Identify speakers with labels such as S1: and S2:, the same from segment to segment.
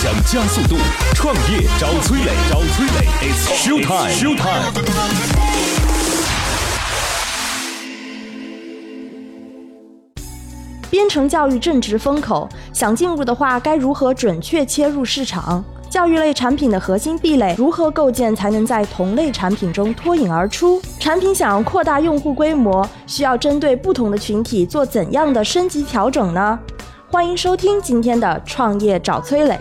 S1: 想加速度，创业找崔磊，找崔磊，It's show time，, show time
S2: 编程教育正值风口，想进入的话，该如何准确切入市场？教育类产品的核心壁垒如何构建，才能在同类产品中脱颖而出？产品想要扩大用户规模，需要针对不同的群体做怎样的升级调整呢？欢迎收听今天的《创业找崔磊》。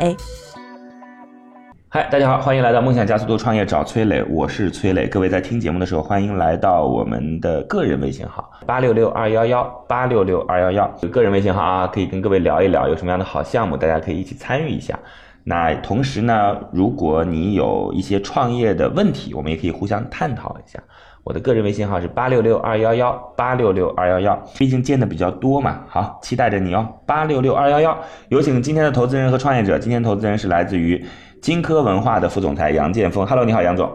S3: 嗨，大家好，欢迎来到梦想加速度创业找崔磊，我是崔磊。各位在听节目的时候，欢迎来到我们的个人微信号八六六二幺幺八六六二幺幺，个人微信号啊，可以跟各位聊一聊有什么样的好项目，大家可以一起参与一下。那同时呢，如果你有一些创业的问题，我们也可以互相探讨一下。我的个人微信号是八六六二幺幺八六六二幺幺，毕竟见的比较多嘛，好，期待着你哦，八六六二幺幺。有请今天的投资人和创业者，今天投资人是来自于金科文化的副总裁杨建峰。Hello，你好，杨总。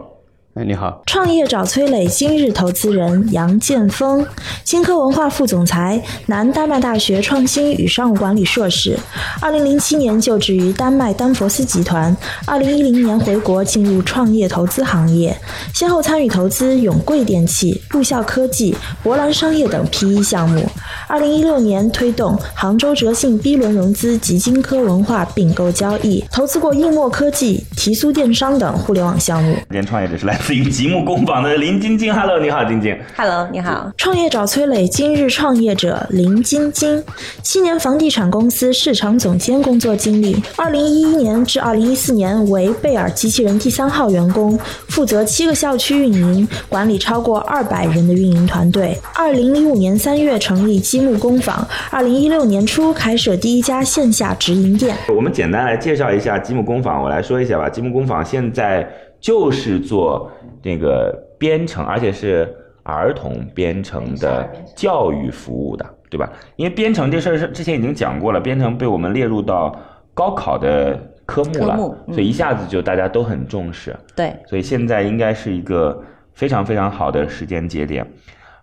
S4: 哎，你好，
S2: 创业找崔磊，今日投资人杨建峰，新科文化副总裁，南丹麦大学创新与商务管理硕士。二零零七年就职于丹麦丹佛斯集团，二零一零年回国进入创业投资行业，先后参与投资永贵电器、陆校科技、博兰商业等 PE 项目。二零一六年推动杭州哲信 B 轮融资及金科文化并购交易，投资过映墨科技、提速电商等互联网项目。
S3: 今天创业者是来自于吉木工坊的林晶晶。Hello，你好，晶晶。
S5: Hello，你好。
S2: 创业找崔磊，今日创业者林晶晶，七年房地产公司市场总监工作经历，二零一一年至二零一四年为贝尔机器人第三号员工，负责七个校区运营，管理超过二百人的运营团队。二零零五年三月成立积木工坊，二零一六年初开设第一家线下直营店。
S3: 我们简单来介绍一下积木工坊，我来说一下吧。积木工坊现在就是做那个编程，而且是儿童编程的教育服务的，对吧？因为编程这事儿是之前已经讲过了，编程被我们列入到高考的科目了，
S5: 科目嗯
S3: 所以一下子就大家都很重视。
S5: 对，
S3: 所以现在应该是一个非常非常好的时间节点。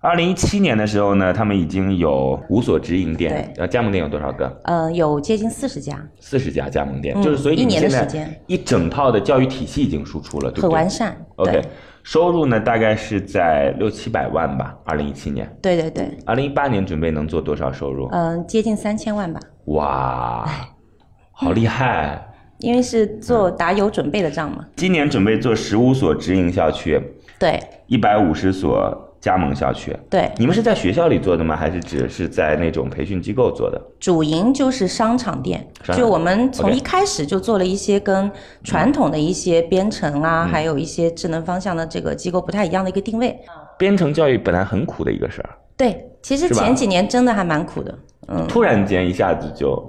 S3: 二零一七年的时候呢，他们已经有五所直营店，呃，加盟店有多少个？
S5: 呃，有接近四十家，
S3: 四十家加盟店，
S5: 嗯
S3: 就是所以
S5: 一
S3: 你
S5: 年
S3: 现
S5: 的
S3: 在
S5: 时间
S3: 一整套的教育体系已经输出了，对不
S5: 很
S3: 对？
S5: 完善。
S3: OK，
S5: 对，
S3: 收入呢大概是在六七百万吧，二零一七年，
S5: 对对对，
S3: 二零一八年准备能做多少收入？
S5: 嗯、接近三千万吧，
S3: 哇，好厉害！
S5: 因为是
S3: 嗯
S5: 做打有准备的仗嘛。
S3: 今年准备做十五所直营校区，
S5: 对
S3: 一百五十所加盟校区。
S5: 对，
S3: 你们是在学校里做的吗？还是只是在那种培训机构做的？
S5: 主营就是商场店，
S3: 商场
S5: 就我们从
S3: OK
S5: 一开始就做了一些跟传统的一些编程
S3: 嗯
S5: 啊，还有一些智能方向的这个机构不太一样的一个定位。
S3: 编程教育本来很苦的一个事儿，
S5: 对，其实
S3: 是吧
S5: 前几年真的还蛮苦的，嗯。
S3: 突然间一下子就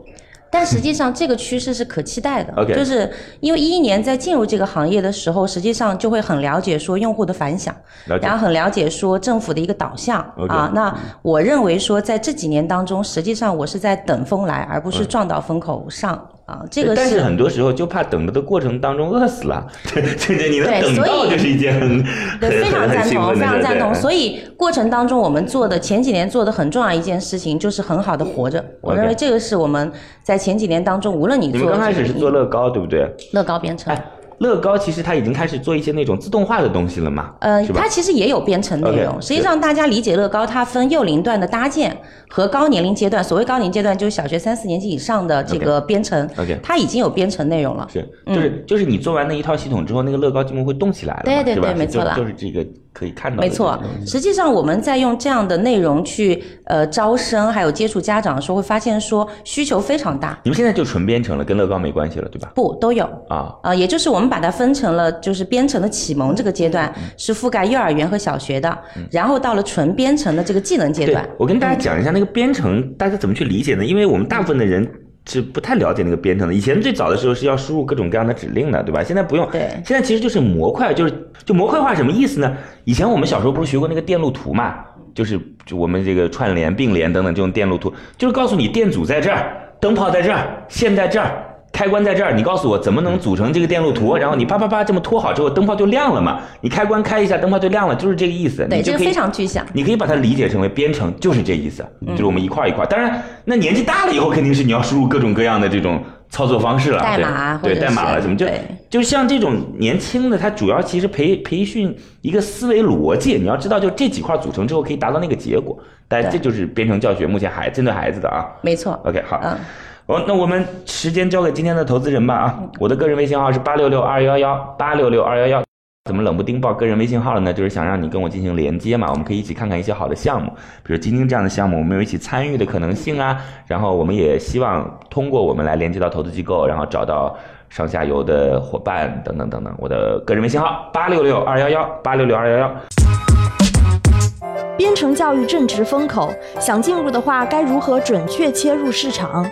S5: 但实际上，这个趋势是可期待的。
S3: OK
S5: 就是因为一一年在进入这个行业的时候，实际上就会很了解说用户的反响，
S3: 了解
S5: 然后很了解说政府的一个导向
S3: OK 嗯
S5: 啊。那我认为说，在这几年当中，实际上我是在等风来，而不是撞到风口上、啊。这个
S3: 嗯但
S5: 是
S3: 是很多时候就怕等着的过程当中饿死了，这这这你能
S5: 对
S3: 等
S5: 所以
S3: 到就是一件很
S5: 对，
S3: 很
S5: 非常
S3: 很很
S5: 赞
S3: 兴
S5: 同，
S3: 奋
S5: 非
S3: 的事
S5: 常
S3: 儿
S5: 赞同。
S3: 对
S5: 所以过程当中，我们做的前几年做的很重要一件事情，就是很好的活着。我
S3: OK
S5: 认为这个是我们在前几年当中，无论你
S3: 你
S5: 做
S3: 们刚开始是做乐高，对不对？
S5: 乐高编程，
S3: 哎，乐高其实它已经开始做一些那种自动化的东西了嘛，
S5: 呃，
S3: 是吧
S5: 它？其实也有编程内容。
S3: OK，
S5: 实际上，大家理解乐高，它分幼龄段的搭建和高年龄阶段。所谓高年龄阶段，就是小学三四年级以上的这个编程
S3: OK
S5: 它已经有编程内容了。
S3: 是，就是、就是你做完那一套系统之后，那个乐高积木会动起来了嘛，
S5: 嗯对对
S3: 是吧
S5: 对没错
S3: 就
S5: 啦
S3: 就是这个可以看到的
S5: 没
S3: 这个
S5: 错，实际上我们在用这样的内容去呃招生，还有接触家长的时候，会发现说需求非常大，
S3: 你们现在就纯编程了，跟乐高没关系了，对吧？
S5: 不都有。
S3: 啊，
S5: 呃，也就是我们把它分成了，就是编程的启蒙这个阶段
S3: 嗯
S5: 是覆盖幼儿园和小学的，然后到了纯编程的这个技能阶
S3: 对
S5: 段，，
S3: 我跟大家讲一下那个编程，大家怎么去理解呢？因为我们大部分的人是不太了解那个编程的。以前最早的时候是要输入各种各样的指令的，对吧？现在不用，
S5: 对
S3: 现在其实就是模块，就是就模块化什么意思呢？以前我们小时候不是学过那个电路图嘛，就是就我们这个串联、并联等等这种电路图，就是告诉你电阻在这儿，灯泡在这儿，线在这儿。开关在这儿，你告诉我怎么能组成这个电路
S5: 嗯
S3: 图？然后你啪啪啪这么拖好之后，灯泡就亮了嘛。你开关开一下，灯泡就亮了，就是这个意思。
S5: 对，
S3: 你
S5: 这
S3: 就
S5: 个
S3: 可以
S5: 非常具象。
S3: 你可以把它理解成为编程就是这意思，
S5: 嗯
S3: 就是我们一块儿一块儿。当然，那年纪大了以后，肯定是你要输入各种各样的这种操作方式了，
S5: 代
S3: 对
S5: 码啊
S3: 对
S5: 或者
S3: 代码了
S5: 是
S3: 什么，就
S5: 对
S3: 就像这种年轻的，他主要其实培培训一个思维逻辑，你要知道，就这几块组成之后可以达到那个结果。但
S5: 对
S3: 这就是编程教学目前还针对孩子的啊。
S5: 没错，
S3: OK，好，
S5: 嗯，
S3: 哦，那我们时间交给今天的投资人吧啊！我的个人微信号是八六六二幺幺八六六二幺幺。怎么冷不丁报个人微信号了呢？就是想让你跟我进行连接嘛，我们可以一起看看一些好的项目，比如晶晶这样的项目，我们有一起参与的可能性啊。然后我们也希望通过我们来连接到投资机构，然后找到上下游的伙伴等等等等。我的个人微信号八六六二幺幺八六六二幺幺。
S2: 编程教育正值风口，想进入的话，该如何准确切入市场？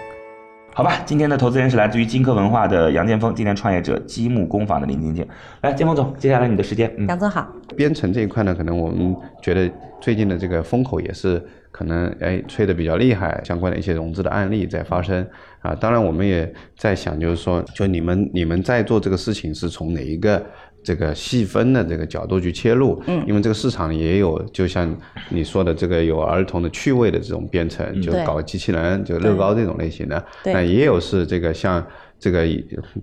S3: 好吧，今天的投资人是来自于金科文化的杨建峰，今天创业者积木工坊的林晶晶。来，建峰总，接下来你的时间，嗯，
S5: 杨总好，
S4: 编程这一块呢，可能我们觉得最近的这个风口也是可能哎吹得比较厉害，相关的一些融资的案例在发生啊。当然，我们也在想，就是说，就你们你们在做这个事情是从哪一个？这个细分的这个角度去切入，嗯，因为这个市场也有，就像你说的，这个有儿童的趣味的这种编程，就
S5: 对
S4: 搞机器人，就乐高这种类型的，
S5: 对
S4: 那也有是这个像这个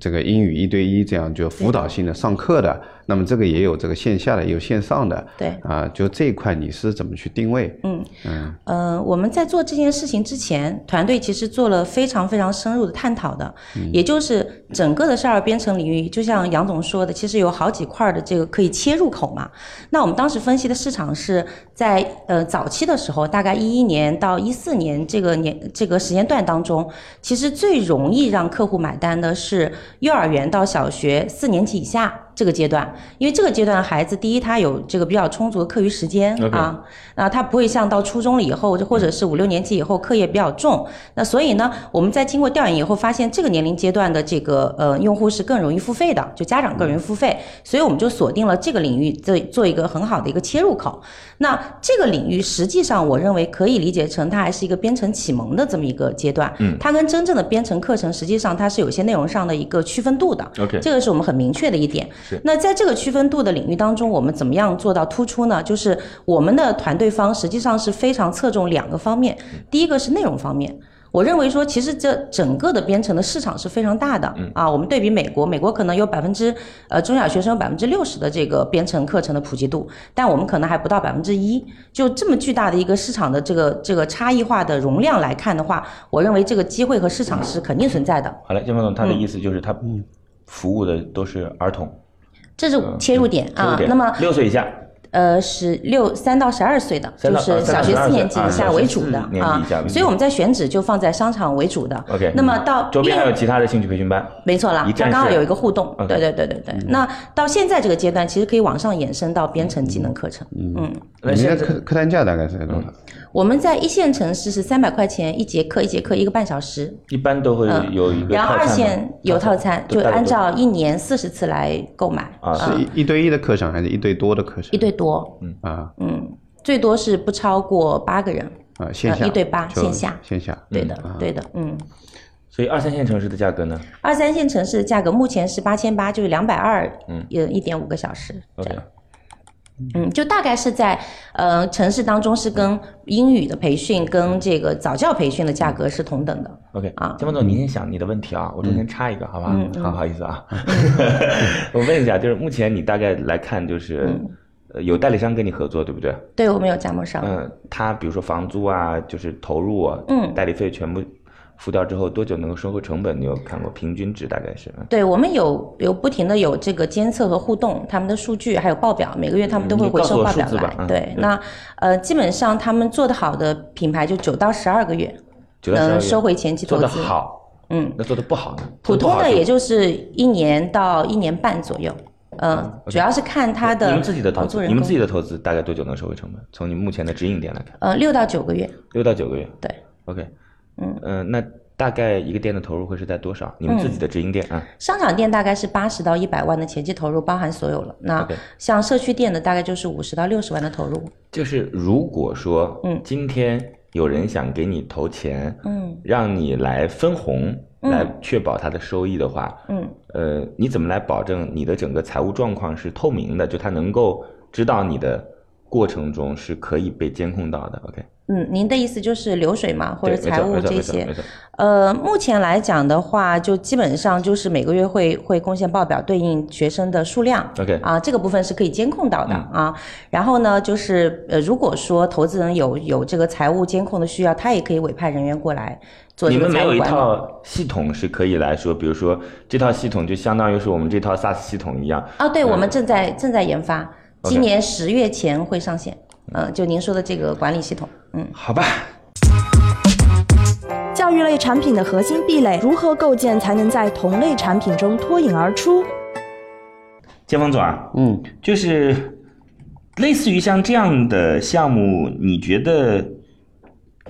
S4: 这个英语一对一这样就辅导性的上课的，那么这个也有这个线下的，也有线上的，
S5: 对，
S4: 啊，就这一块你是怎么去定位？
S5: 嗯
S4: 嗯，
S5: 呃，我们在做这件事情之前，团队其实做了非常非常深入的探讨的，也就是整个的少儿编程领域，就像杨总说的，其实有好几块儿的这个可以切入口嘛。那我们当时分析的市场是在呃早期的时候，大概一一年到一四年这个年这个时间段当中，其实最容易让客户买单的是幼儿园到小学四年级以下。这个阶段，因为这个阶段的孩子，第一他有这个比较充足的课余时间
S3: OK
S5: 啊，啊，他不会像到初中了以后，或者是五六年级以后课业比较重。那所以呢，我们在经过调研以后，发现这个年龄阶段的这个呃用户是更容易付费的，就家长更容易付费，所以我们就锁定了这个领域做做一个很好的一个切入口。那这个领域实际上，我认为可以理解成它还是一个编程启蒙的这么一个阶段。
S3: 嗯
S5: 它跟真正的编程课程实际上它是有一些内容上的一个区分度的。
S3: OK
S5: 这个是我们很明确的一点。
S3: 是
S5: 那在这个区分度的领域当中，我们怎么样做到突出呢？就是我们的团队方实际上是非常侧重两个方面，第一个是内容方面。我认为说，其实这整个的编程的市场是非常大的，啊，我们对比美国，美国可能有百分之呃中小学生有百分之六十的这个编程课程的普及度，但我们可能还不到百分之一，就这么巨大的一个市场的这个这个差异化的容量来看的话，我认为这个机会和市场是肯定存在的。
S3: 好嘞，建峰总，他的意思就是他服务的都是儿童，
S5: 这是切入点
S3: 对不
S5: 啊
S3: 对。
S5: 那么
S3: 六岁以下，
S5: 呃，十六三到十二岁的，
S3: 3
S5: 就
S3: 到
S5: 是
S3: 3到
S5: 小学
S3: 12
S5: 四年级
S3: 啊
S5: 以下
S3: 小学
S5: 为主
S3: 四
S5: 的
S3: 年级
S5: 啊
S3: 以下为，
S5: 所以
S3: 主
S5: 我们在选址就放在商场为主的。
S3: OK，嗯
S5: 那么到嗯
S3: 周边
S5: 业
S3: 还有其他的兴趣培训班，
S5: 没错啦
S3: 一，站
S5: 它刚好
S3: 式
S5: 有一个互动。
S3: OK 嗯
S5: 对对对对对。那到现在这个阶段，其实可以往上延伸到编程技能课程。嗯，
S3: 那
S4: 你
S3: 现
S4: 的
S3: 在嗯
S4: 客客单价大概是多少？
S5: 我们在一线城市是三百块钱一节课，一节课一个半小时。
S3: 一般都会
S5: 嗯
S3: 有一个
S5: 然后
S3: 套
S5: 二
S3: 餐
S5: 线
S3: 吗
S5: 有套餐，
S3: 对
S5: 就
S3: 大概
S5: 按
S3: 多
S5: 照一年四十次来购买
S3: 啊是
S5: 嗯
S4: 是一一对一的课程还是一对多的课程？
S5: 一对多，
S4: 啊
S5: 嗯，最多是不超过八个人。呃
S4: 啊，线
S3: 呃
S4: 下
S5: 一对八
S4: 就
S5: 线下
S4: 线下
S5: 对的，
S3: 啊
S5: 对的，嗯。
S3: 所以二三线城市的价格呢
S5: 二三线城市的价格目前是八千八，就是两百二，也一点五个小时这
S3: 嗯？OK，
S5: 样。嗯，就大概是在呃城市当中是跟英语的培训跟这个早教培训的价格是同等的。
S3: OK
S5: 啊
S3: 江峰总，您先想你的问题啊，我中间插一个，好吧？
S5: 嗯
S3: 好不好意思啊， 我问一下，就是目前你大概来看，就是
S5: 嗯
S3: 呃有代理商跟你合作，对不对？
S5: 对我们有加盟商，
S3: 嗯，他比如说房租啊，就是投入啊，
S5: 嗯
S3: 代理费全部付掉之后，多久能够收回成本？你有看过平均值大概是？嗯
S5: 对我们有有不停的有这个监测和互动，他们的数据还有报表，每个月他们都
S3: 嗯
S5: 会
S3: 你
S5: 回
S3: 告诉
S5: 收
S3: 我
S5: 报表
S3: 数字吧
S5: 来。
S3: 嗯
S5: 对
S3: 对，
S5: 那呃基本上他们做的好的品牌就九到十二个月
S3: 九到十二
S5: 能
S3: 月
S5: 收回前期投
S3: 做
S5: 资。
S3: 的好，
S5: 嗯，
S3: 那做的不好呢？
S5: 普
S3: 做得
S5: 通
S3: 不好
S5: 的
S3: 就
S5: 也就是一年到一年半左右，嗯，主要是看它的
S3: 你们自己的投
S5: 合作
S3: 资，
S5: 人
S3: 你们自己
S5: 的
S3: 的投资大概多久能收回成本？从你目前的指引点来看，
S5: 呃六到九个月，
S3: 六到九个月。
S5: 对，
S3: OK，
S5: 嗯
S3: 呃那大概一个店的投入会是在多少？你们自己的直营店啊，
S5: 商场店大概是八十到一百万的前期投入，包含所有了。那
S3: OK
S5: 像社区店的大概就是五十到六十万的投入，
S3: 就是如果说，
S5: 嗯
S3: 今天有人想给你投钱，
S5: 嗯
S3: 让你来分红，
S5: 嗯
S3: 来确保它的收益的话，
S5: 嗯
S3: 呃，你怎么来保证你的整个财务状况是透明的？就他能够知道你的过程中是可以被监控到的。OK，
S5: 嗯，您的意思就是流水嘛，或
S3: 对没
S5: 者
S3: 错
S5: 财务
S3: 没错
S5: 这
S3: 没错
S5: 些
S3: 没。错
S5: 呃，目前来讲的话，就基本上就是每个月会会贡献报表对应学生的数量。
S3: OK
S5: 啊，这个部分是可以监控到的、
S3: 嗯
S5: 啊。然后呢，就是呃，如果说投资人有有这个财务监控的需要，他也可以委派人员过来做
S3: 你
S5: 这个
S3: 们没
S5: 财
S3: 有
S5: 务
S3: 一
S5: 管理。
S3: 套系统是可以来说，比如说这套系统就相当于是我们这套 SaaS 系统一样。
S5: 啊，对，
S3: 嗯
S5: 我们正在正在研发，
S3: OK
S5: 今年十月前会上线。嗯，就您说的这个管理系统，嗯。
S3: 好吧，
S2: 教育类产品的核心壁垒如何构建，才能在同类产品中脱颖而出？
S3: 建峰总啊，
S4: 嗯，
S3: 就是类似于像这样的项目，你觉得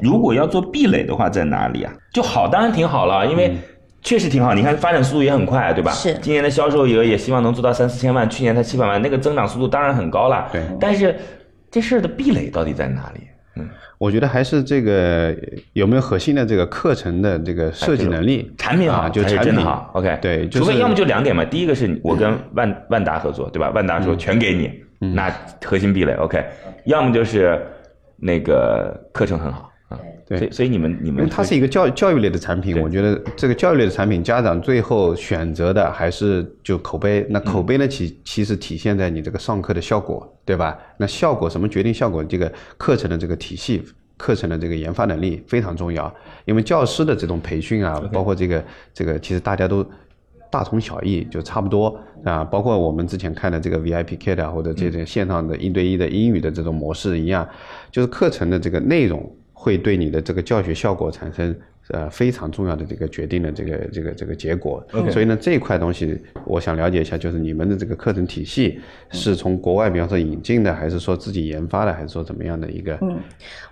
S3: 如果要做壁垒的话，在哪里啊？就好，当然挺好了，因为确实挺好。你看发展速度也很快，对吧？
S5: 是
S3: 今年的销售额也希望能做到三四千万，去年才七百万，那个增长速度当然很高了。
S4: 对
S3: 但是这事儿的壁垒到底在哪里？嗯，
S4: 我觉得还是这个有没有核心的这个课程的这个设计能力，
S3: 产品好
S4: 啊，就
S3: 才是
S4: 产
S3: 真
S4: 品
S3: 的好。OK，
S4: 对，就
S3: 除非
S4: 是嗯
S3: 要么就两点嘛，第一个是我跟万万达合作，对吧？万达说全给你，那核心壁垒 OK，要
S4: 嗯
S3: 么就是那个课程很好啊，
S4: 对
S3: 所以所以你们你
S4: 因为
S3: 们
S4: 它是一个教教育类的产品，
S3: 对
S4: 我觉得这个教育类的产品，家长最后选择的还是就口碑。那口
S3: 嗯
S4: 碑呢，其其实体现在你这个上课的效果，对吧？那效果什么决定效果？这个课程的这个体系。课程的这个研发能力非常重要，因为教师的这种培训啊，包括这个这个，其实大家都大同小异，就差不多啊。包括我们之前看的这个 VIP Kit 啊，或者这种线上的一对一的英语的这种模式一样，就是课程的这个内容会对你的这个教学效果产生呃非常重要的这个决定的这个这个这个结果。所以呢，这一块东西我想了解一下，就是你们的这个课程体系是从国外，比方说引进的，还是说自己研发的，还是说怎么样的一个？嗯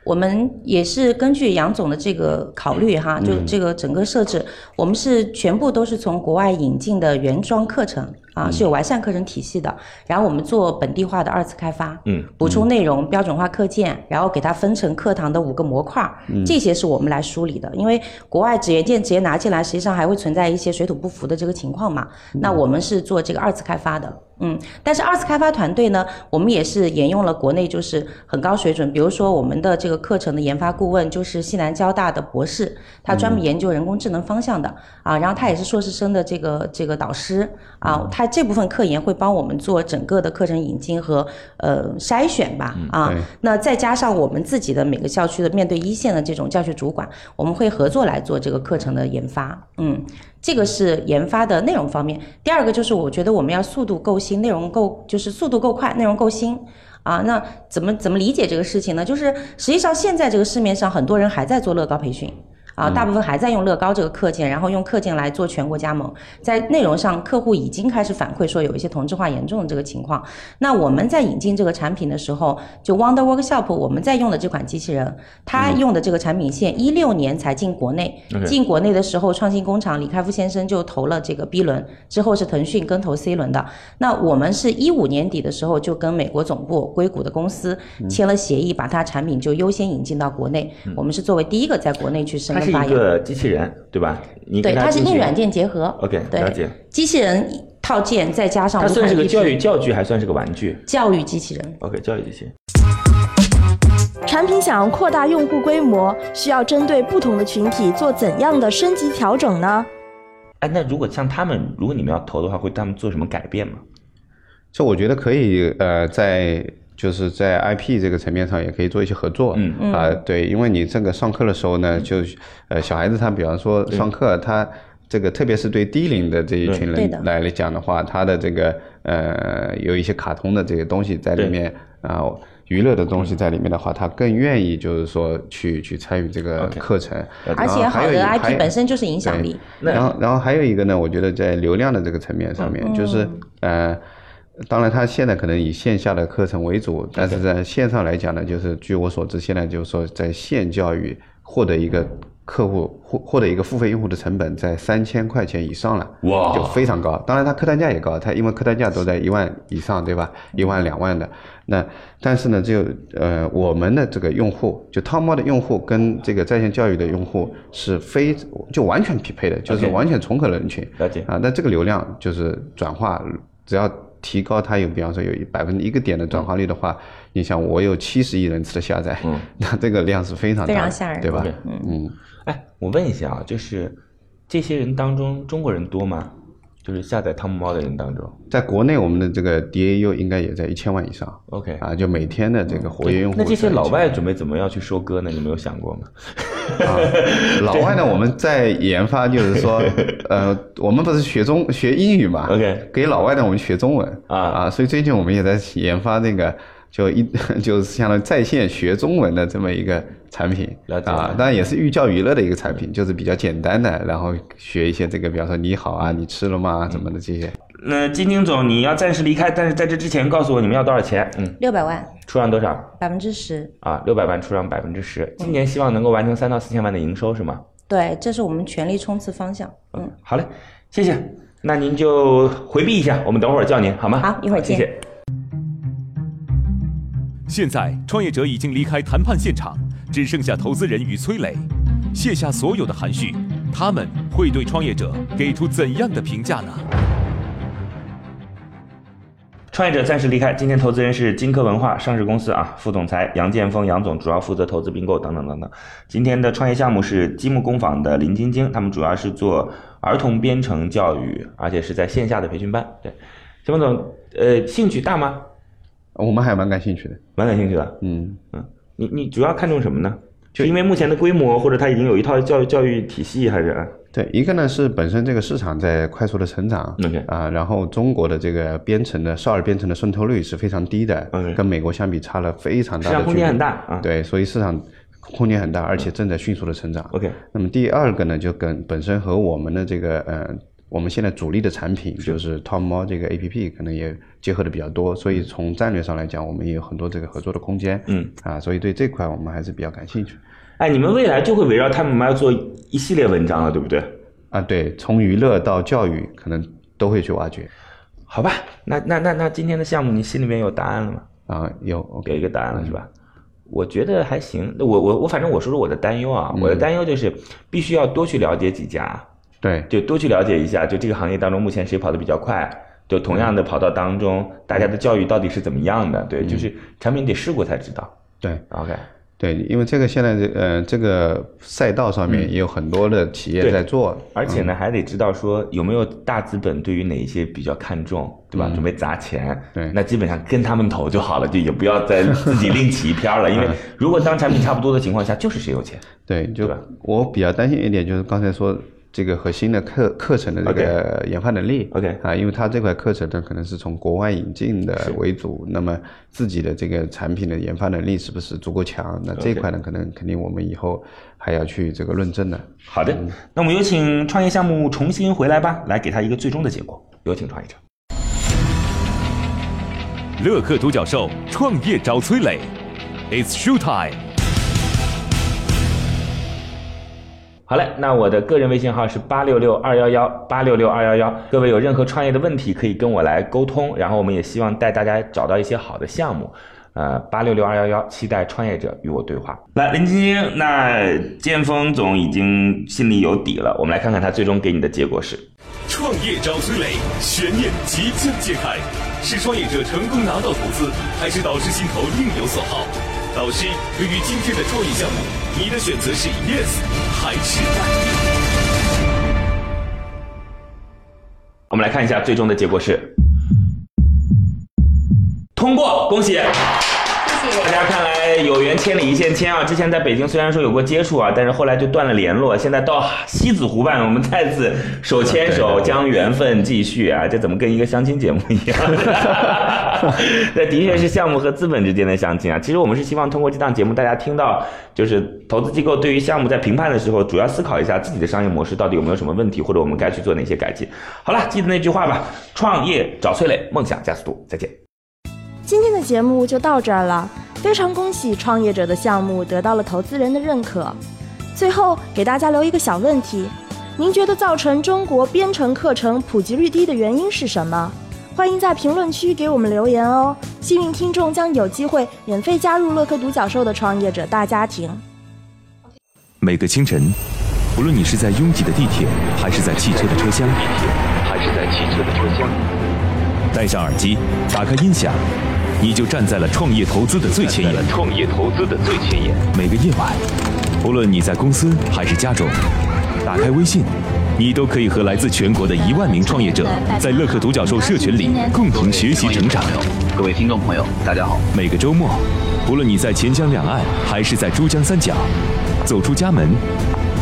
S5: 我们也是根据杨总的这个考虑哈，
S3: 嗯
S5: 就这个整个设置，我们是全部都是从国外引进的原装课程
S3: 嗯
S5: 啊，是有完善课程体系的。然后我们做本地化的二次开发，
S3: 嗯，
S5: 补充内容、标准化课件，然后给它分成课堂的五个模块儿，
S3: 嗯
S5: 这些是我们来梳理的。因为国外职业件直接拿进来，实际上还会存在一些水土不服的这个情况嘛。
S3: 嗯
S5: 那我们是做这个二次开发的，嗯，但是二次开发团队呢，我们也是沿用了国内就是很高水准，比如说我们的这个课程的研发顾问就是西南交大的博士，他专门研究人工智能方向的、啊，然后他也是硕士生的这个这个导师啊，他这部分科研会帮我们做整个的课程引进和呃筛选吧啊
S4: 对，
S5: 那再加上我们自己的每个校区的面对一线的这种教学主管，我们会合作来做这个课程的研发，嗯。这个是研发的内容方面。第二个就是我觉得我们要速度够新，内容够就是速度够快，内容够新。啊，那怎么怎么理解这个事情呢？就是实际上现在这个市面上很多人还在做乐高培训。啊，大部分还在用乐高这个课件，然后用课件来做全国加盟。在内容上，客户已经开始反馈说有一些同质化严重的这个情况。那我们在引进这个产品的时候，就 Wonder Workshop 我们在用的这款机器人，它用的这个产品线一六年才进国内，
S3: 嗯 OK
S5: 进国内的时候，创新工厂李开复先生就投了这个 B 轮，之后是腾讯跟投 C 轮的。那我们是一五年底的时候就跟美国总部硅谷的公司
S3: 嗯
S5: 签了协议，把它产品就优先引进到国内。我们是作为第一个在国内去深
S3: 它是
S5: 耕发
S3: 一
S5: 扬。
S3: 个机器人，对吧？你
S5: 对，
S3: 跟
S5: 它是
S3: 进
S5: 硬
S3: 行
S5: 软件结合。
S3: OK，
S5: 对
S3: 了解。
S5: 机器人套件再加上
S3: 它
S5: 无
S3: 算
S5: 款
S3: 是个
S5: APP
S3: 教育教具，还算是个玩具。
S5: 教育机器人。
S3: OK，教育机器人。
S2: 产品想要扩大用户规模，需要针对不同的群体做怎样的升级调整呢？
S3: 哎，那如果像他们，如果你们要投的话，会他们做什么改变吗？
S4: 这我觉得可以，呃，在就是在 IP 这个层面上也可以做一些合作，
S3: 嗯
S4: 啊、对，因为你这个上课的时候呢，就呃小孩子他比方说上课他。这个特别是对低龄的这一群
S5: 对
S4: 人
S5: 的
S4: 来来讲的话，他的这个呃有一些卡通的这些东西在里面啊、娱乐的东西在里面的话，他更愿意就是说去去参与这个
S3: OK
S4: 课程，
S5: 而且
S4: 然后
S5: 好
S4: 还有一
S5: 的
S4: 还
S5: IP
S4: 有
S5: 本身就是影响
S4: 对
S5: 力。
S3: 那
S4: 然后，然后还有一个呢，我觉得在流量的这个层面上
S5: 嗯
S4: 面，就是呃，当然它现在可能以线下的课程为主，但是在线上来讲呢，就是据我所知，现在就是说在线教育获得一个客户获获得一个付费用户的成本在三千块钱以上了，
S3: 哇
S4: 就非常高。当然，它客单价也高，它因为客单价都在一万以上，对吧？一万两万的。那但是呢，就呃，我们的这个用户，就汤猫的用户跟这个在线教育的用户是非就完全匹配的，就是完全重合的人群。
S3: 了解
S4: 啊，那这个流量就是转化，只要提高它有，比方说有百分之一个点的转化率的话，你想我有七十亿人次的下载，
S3: 嗯
S4: 那这个量是非常大的
S5: 非常吓人
S4: 对吧
S3: OK？
S4: 嗯，
S3: 哎，我问一下啊，就是这些人当中，中国人多吗？就是下载汤姆猫的人当中
S4: 在国内我们的这个 DAU 应该也在一千万以上
S3: ，OK
S4: 啊，就每天的这个活跃用户
S3: 那
S4: 在1000万。
S3: 这些老外准备怎么样去收割呢？你们有想过吗？
S4: 啊，老外呢，我们在研发，就是 说，呃，我们不是学中学英语嘛
S3: OK
S4: 给老外呢，我们学中文
S3: 啊
S4: 啊，所以最近我们也在研发那个，就一 就是相当于在线学中文的这么一个产品
S3: 了解
S4: 啊，当然也是寓教于乐的一个产品，就是比较简单的，然后学一些这个，比方说你好啊，你吃了吗什么的这些。
S3: 嗯那金金总，你要暂时离开，但是在这之前告诉我你们要多少钱？嗯，
S5: 六百万，
S3: 出让多少
S5: 百分之十，
S3: 啊？六百万出让百分之十，今年希望能够完成三到四千万的营收是吗？
S5: 对，这是我们全力冲刺方向。嗯，
S3: 好嘞，谢谢。那您就回避一下，我们等会儿叫您好吗？
S5: 好一会儿见
S3: 谢谢。
S1: 现在，创业者已经离开谈判现场，只剩下投资人与崔磊，卸下所有的含蓄，他们会对创业者给出怎样的评价呢？
S3: 创业者暂时离开。今天投资人是金科文化上市公司啊，副总裁杨建峰，杨总主要负责投资并购等等等等。今天的创业项目是积木工坊的林晶晶，他们主要是做儿童编程教育，而且是在线下的培训班。对，金峰总，呃，兴趣大吗？
S4: 我们还蛮感兴趣的，
S3: 蛮感兴趣的。
S4: 嗯，
S3: 你你主要看重什么呢？
S4: 就是
S3: 因为目前的规模，或者它已经有一套教育教育体系，还是
S4: 对，一个呢是本身这个市场在快速的成长，
S3: OK
S4: 啊，然后中国的这个编程的少儿编程的渗透率是非常低的
S3: OK
S4: 跟美国相比差了非常
S3: 市
S4: 大
S3: 场
S4: 的距离，
S3: 空间很大啊？
S4: 对，所以市场空间很大，而且正在迅速的成长。
S3: ，OK，
S4: 那么第二个呢，就跟本身和我们的这个呃，我们现在主力的产品就是 Tom 猫这个 APP，可能也结合的比较多，所以从战略上来讲，我们也有很多这个合作的空间。
S3: 嗯，
S4: 啊，所以对这块我们还是比较感兴趣。
S3: 哎，你们未来就会围绕他们要做一系列文章了，对不对？
S4: 啊，对，从娱乐到教育，可能都会去挖掘。
S3: 好吧，那那那那今天的项目你心里面有答案了吗？
S4: 啊，有
S3: 我
S4: OK，
S3: 给一个答案了是吧？我觉得还行，我我我反正我说说我的担忧啊，我的担忧就是必须要多去了解几家，
S4: 对
S3: 就多去了解一下，就这个行业当中目前谁跑得比较快，就同样的跑道当中大家的教育到底是怎么样的，对，就是产品得试过才知道。
S4: 对
S3: OK，
S4: 对，因为这个现在这呃这个赛道上面也有很多的企
S3: 嗯
S4: 业
S3: 对
S4: 在做，
S3: 而且呢还得知道说有没有大资本对于哪一些比较看重，对吧？准备砸钱，
S4: 对
S3: 那基本上跟他们投就好了，就也不要再自己另起一篇了，因为如果当产品差不多的情况下，就是谁有钱。
S4: 对，就
S3: 吧
S4: 我比较担心一点就是刚才说这个核心的课课程的这个研发能力
S3: OK
S4: 啊，因为它这块课程呢可能是从国外引进的为主，那么自己的这个产品的研发能力是不是足够强？那这一
S3: OK
S4: 块呢，可能肯定我们以后还要去这个论证的。
S3: 好的，那我们有请创业项目重新回来吧，来给他一个最终的结果。有请创业者。
S1: 乐客独角兽创业找崔磊，It's show time。
S3: 好嘞，那我的个人微信号是八六六二幺幺八六六二幺幺，各位有任何创业的问题可以跟我来沟通，然后我们也希望带大家找到一些好的项目。呃，八六六二幺幺，期待创业者与我对话。来，林晶晶，那剑锋总已经心里有底了，我们来看看他最终给你的结果是。
S1: 创业找崔磊，悬念即将揭开，是创业者成功拿到投资，还是导师心头另有所好？导师，对于今天的创业项目，你的选择是 yes 还是 no？
S3: 我们来看一下最终的结果是通过，恭喜！
S5: 谢谢
S3: 大家看来有缘千里一线牵啊！之前在北京虽然说有过接触啊，但是后来就断了联络。现在到西子湖畔，我们再次手牵手，将缘分继续啊！这怎么跟一个相亲节目一样？那的确是项目和资本之间的相亲啊。其实我们是希望通过这档节目，大家听到就是投资机构对于项目在评判的时候，主要思考一下自己的商业模式到底有没有什么问题，或者我们该去做哪些改进。好了，记得那句话吧：创业找崔磊，梦想加速度。再见。
S6: 今天的节目就到这儿了，非常恭喜创业者的项目得到了投资人的认可。
S2: 最后给大家留一个小问题：您觉得造成中国编程课程普及率低的原因是什么？欢迎在评论区给我们留言哦！幸运听众将有机会免费加入乐客独角兽的创业者大家庭。
S1: 每个清晨，不论你是在拥挤的地铁，还是在汽车的车厢，还是在汽车的车厢，戴上耳机，打开音响，你就站在了创业投资的最前沿。创业投资的最前沿。每个夜晚，不论你在公司还是家中，打开微信。你都可以和来自全国的一万名创业者，在乐客独角兽社群里共同学习成长。
S7: 各位听众朋友，大家好。
S1: 每个周末，不论你在钱江两岸还是在珠江三角，走出家门，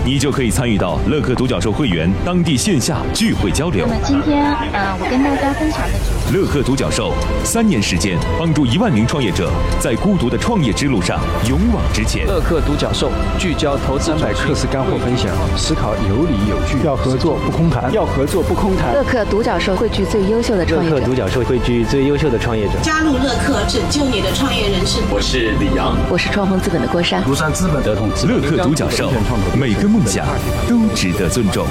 S1: 你就可以参与到乐客独角兽会员当地线下聚会交流
S8: 那。么今天，呃，我跟大家分享的主题
S1: 乐客独角兽三年时间，帮助一万名创业者在孤独的创业之路上勇往直前。
S9: 乐客独角兽聚焦投资百课时干货分享，思考有理有据，要合作不空谈，要合作不空谈。
S10: 乐客独角兽汇聚最优秀的创业者。
S9: 角兽汇聚最优秀的创业者。
S11: 加入乐客，拯救你的创业人生。
S7: 我是李阳，
S10: 我是创丰资本的郭珊。
S7: 庐山资本德同
S1: 乐客独角兽，每个梦想都值得尊重。